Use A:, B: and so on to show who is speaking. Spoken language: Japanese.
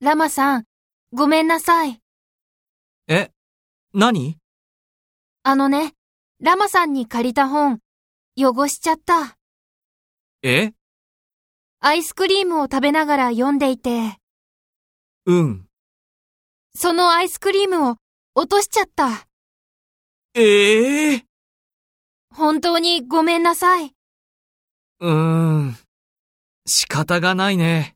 A: ラマさん、ごめんなさい。
B: え、何
A: あのね、ラマさんに借りた本、汚しちゃった。
B: え
A: アイスクリームを食べながら読んでいて、
B: うん。
A: そのアイスクリームを落としちゃった。
B: ええ
A: 本当にごめんなさい。
B: うーん。仕方がないね。